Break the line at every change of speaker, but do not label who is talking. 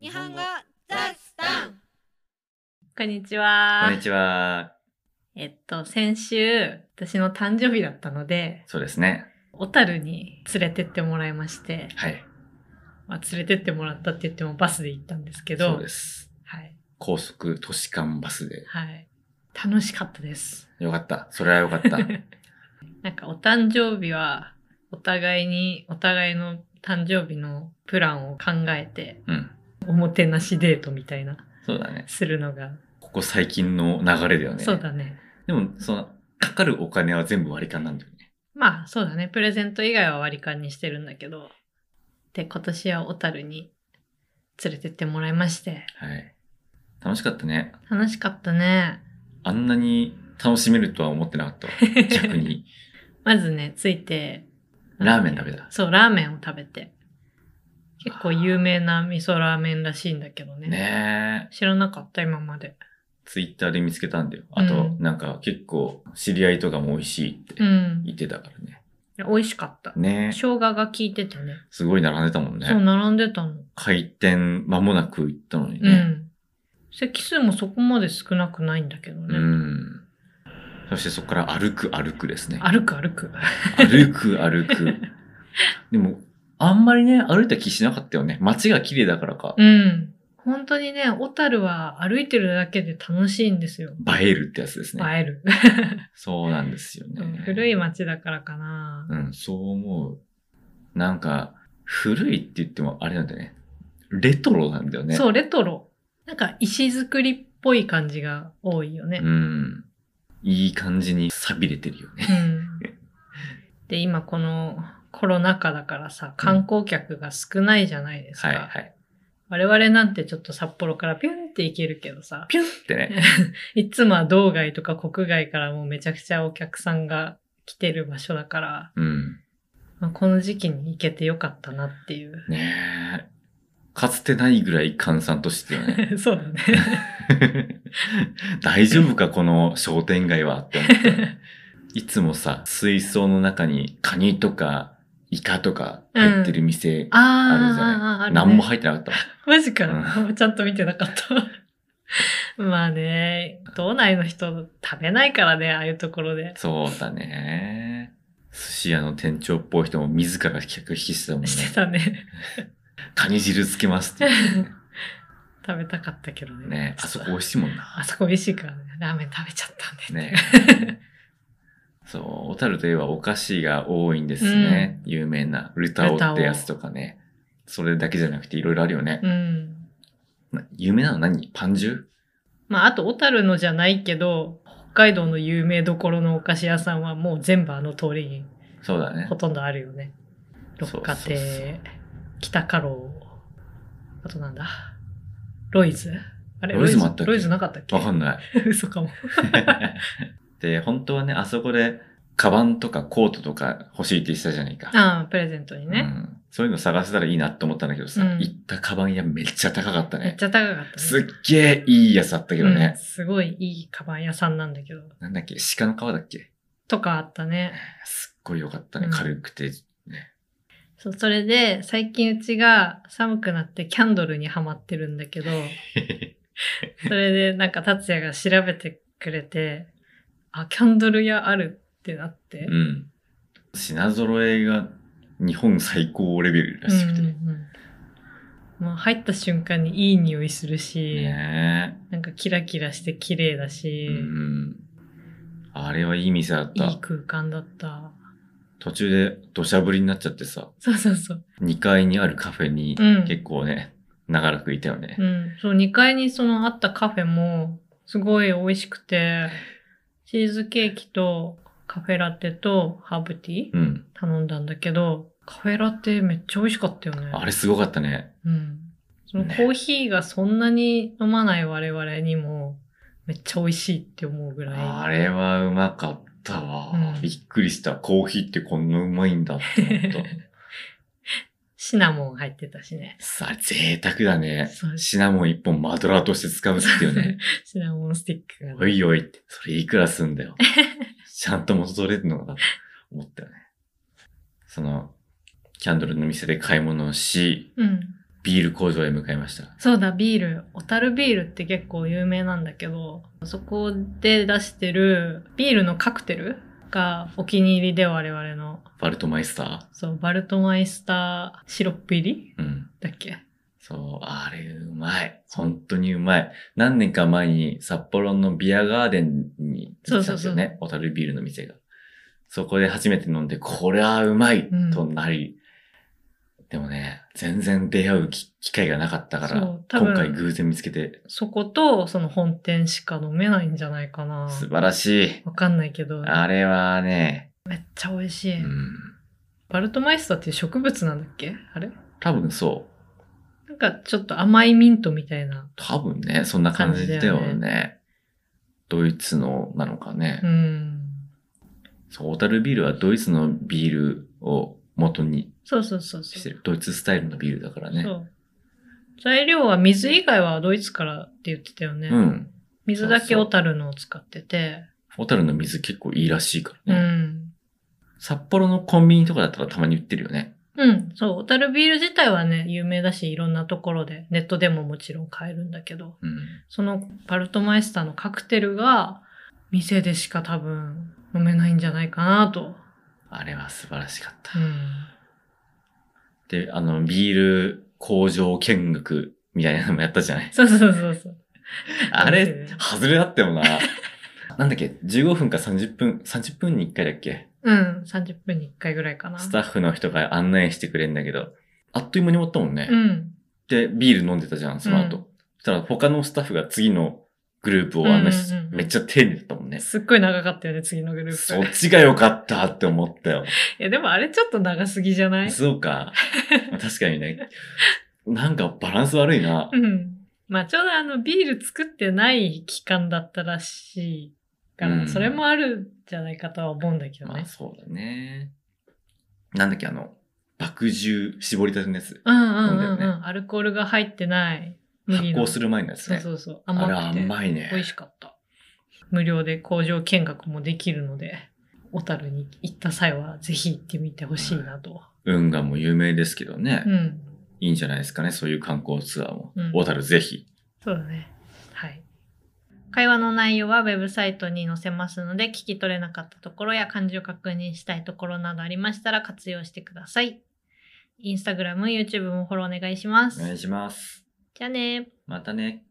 日本語ザスタン
こんにちは。
こんにちは。
えっと、先週、私の誕生日だったので、
そうですね。
小樽に連れてってもらいまして、
はい。
まあ、連れてってもらったって言ってもバスで行ったんですけど、
そうです。
はい。
高速都市間バスで。
はい。楽しかったです。
よかった。それはよか った。
なんかお誕生日は、お互いに、お互いの誕生日のプランを考えて、
うん。
おもてなしデートみたいな、
そうだね。
するのが、
ここ最近の流れだよね。
そうだね。
でも、その、かかるお金は全部割り勘なんだよね。
まあそうだね。プレゼント以外は割り勘にしてるんだけど。で、今年は小樽に連れてってもらいまして。
はい。楽しかったね。
楽しかったね。
あんなに楽しめるとは思ってなか ったわ。逆に。
まずね、ついて。
ラーメン食べた。
そう、ラーメンを食べて。結構有名な味噌ラーメンらしいんだけどね。
ねえ。
知らなかった、今まで。
ツイッターで見つけたんだよ。あと、
うん
なんか結構知り合いとかも美味しいって
うん。
言ってたからね。
美味しかった。
ねえ。
生姜が効いててね。
すごい並んでたもんね。
そう、並んでたの。
開店間もなく行ったのに
う
ね。
ん。席数もそこまで少なくないんだけど
う
ね。
そしてそこから歩く歩くですね。
歩く歩く。
歩く歩 く。でも、あんまりね、歩いた気しなかったよね。街が綺麗だからか。
うん。本当にね、小樽は歩いてるだけで楽しいんですよ。
映えるってやつですね。
映える。
そうなんですよ
うん
ね。
古い。街だからかな。
うん、そう思う。なんか、古いって言ってもあれなんだよね。レトロなんだよね。。
そうう、レトロ。なんか石造りっぽい感じが多いよね
う。ん。いい感じに錆びれてるよね。
うん。で、今このコロナ禍だからさ、観光客が少ないじゃないですか。
はいはい。
我々なんてちょっと札幌からピュンって行けるけどさ、
ピュンってね。
いつもは道外とか国外からもうめちゃくちゃお客さんが来てる場所だから、
うん。
まあ、この時期に行けてよかったなって いう。
ねえ。かつてないぐらい閑散としてたよ ね。
そうだね。
大丈夫か、この商店街はって思 ったよね。いつもさ、水槽の中にカニとかイカとか入ってる店
ああ
あるじゃない、
あるね
何も入ってなかったわ。
マジか。ちゃんと見てなかった。まあね、道内の人食べないからね、ああいうところで。
そうだね。寿司屋の店長っぽい人も自ら客引きしてたもんね。
してた ね。
カニ汁つけますって言って
食べたかったけどね。
ね。ねあそこ美味しいもんな。
あそこ美味しいからね。ラーメン食べちゃったんでって。
ね。そう、小樽といえばお菓子が多いんですね。有名な。ルタオってやつとかね。それだけじゃなくていろいろあるよね。
うん。
な有名なの何パンジュ
まあ、あと、小樽のじゃないけど、北海道の有名どころのお菓子屋さんはもう全部あの通りに
そうだね
ほ。とんどあるよね。六花
そうそうそう
亭、北家老、あとなんだ、ロイズ。あれ
ロイズもあったっけ
ロイズなかったっけ
わかん ない。
嘘かも。
で、本当はね、あそこで、カバンとかコートとか欲しいって言ってたじゃないか。
ああ、プレゼントに
う
ね。
ん、そういうの探せたらいいなって思ったんだけどさ、
うん
行ったカバン屋めっちゃ高かった
めっ
ね。
ちゃ高かったね。
すっげえいいやつあったけど
うん
ね。
すごいいいカバン屋さんなんだけど。
なんだっけ鹿の皮だっけ
とかあったね。
すっごい良かったね。
うん
軽くて。
そう、それで、最近うちが寒くなってキャンドルにはまってるんだ けど、それでなんか達也が調べてくれて、あ、キャンドル屋あるってなって。
うん。品揃えが日本最高レベルらしくて。
うんうんうん、もう入った瞬間にいい匂いするし、
ね
なんかキラキラして綺麗だし
え、うん。あれはいい店だっ
いい
た。
空間だった。
途中で土砂降りになっちゃってさ、
そうそうそう。
2階にあるカフェに
うん
結構ね、長らくいたよね。
うん。そう、2階にそのあったカフェも、すごい美味しくて、チーズケーキとカフェラテとハーブティー
うん。
頼んだんだけど、カフェラテめっちゃ美味しかったよね。
あれすごかったね。
うん。そのコーヒーがそんなに飲まない我々にも、めっちゃ美味しいって思うぐらい。
あれはうまかったわ。
うん
びっくりした。コーヒーってこんなうまいんだって 思った。
シナモン入ってたしね。
さあ、贅沢だね
そう。
シナモン一本マドラーとして使うっていうね。
シナモンスティックがね
おいおいって、それいくらすん だよ。ちゃんと元取れるのかなと思ったよね。その、キャンドルの店で買い物をし、
うん。
ビール工場へ向かいました。
そうだ、ビール。小樽ビールって結構有名なんだけど、そこで出してるビールのカクテルがお気に入りで我々の、
バルトマイスタ
そう、バルトマイスターシロップ入り
ーうん。
だっけ
そう、あれうまい。本当にうまい。何年か前に札幌のビアガーデンに行ったんですよね。小樽ビールの店が。そこで初めて飲んで、これはうまい
うん
となり、でもね、全然出会うき機会がなかったか
そう
ら、
多分
今回偶然見つけて、
そこと、その本店しか飲めないんじゃないかな。
素晴らしい。
わかんないけど、めっ
あれはね、
ちゃ美味し
う
い。
ん、
バルトマイスターっていう植物なんだっけあれ
多分そう。
なんかちょっと甘いミントみたいな。
多分ね、そんな感じだよね。
感じだ
ドイツのなのかね。
うん。
そう、小樽ビールはドイツのビールを元に
そうそうそうそう。
してる。ドイツスタイルのビールだからね。
そう。材料は水以外はドイツからって言ってたよね。
うん。
水だけ小樽のを使ってて。
小樽の水結構いいらしいから
う
ね、
ん。
札幌のコンビニとかだったらたまに売ってるよね。
うん、そう。小樽ビール自体はね、有名だし、いろんなところで、ネットでももちろん買えるんだけど、
うん。
そのパルトマイスターのカクテルが、店でしか多分飲めないんじゃないかなと。
あれは素晴らしかった。
うん。
で、あの、ビール工場見学みたいなのもやったじゃない。
そうそうそうそう。
あ
そうで
れ
すね、
外れだったよな。 なんだっけ ?15 分か30分、30分に1回だっけ
うん、30分に1回ぐらいかな。
スタッフの人が案内してくれるんだけど、あっという間に終わったもんね。
うん。
で、ビール飲んでたじゃん、その後。
うん
そしたら他のスタッフが次のグループを案内して、
うんうんうん
めっちゃ丁寧だったもんね。
すっごい長かったよね、次のグループ。
そっちが良かったって思ったよ。
いや、でもあれちょっと長すぎじゃない
そうか。まあ確かにね。なんかバランス悪いな。
うん。まあ、ちょうどあの、ビール作ってない期間だったらしいから、
うん
それもあるんじゃないかとは思うんだけど
ま
ね
あ。そうだね。なんだっけ、あの、麦汁絞りたてのやつ。
うんうん
飲ん
うん
だ
う
よ
ん。アルコールが入ってない
発
麦の。
酵する前のやつ
そう
ね。
そうそう。
あれ
甘くて。
甘いね
美。味しかった。無料で工場見学もできるので、小樽に行った際はぜひ行ってみてほしいなと。
運河も有名ですけどね、
うん。
いいんじゃないですかね、そういう観光ツアーも
うん。
小、樽、ぜひ。
そうだね。はい。会話の内容はウェブサイトに載せますので、聞き取れなかったところや漢字を確認したいところなどありましたら活用してください。インスタグラム、YouTube もフォローお願いしま
お願い
す。
します。
じゃあね
またね。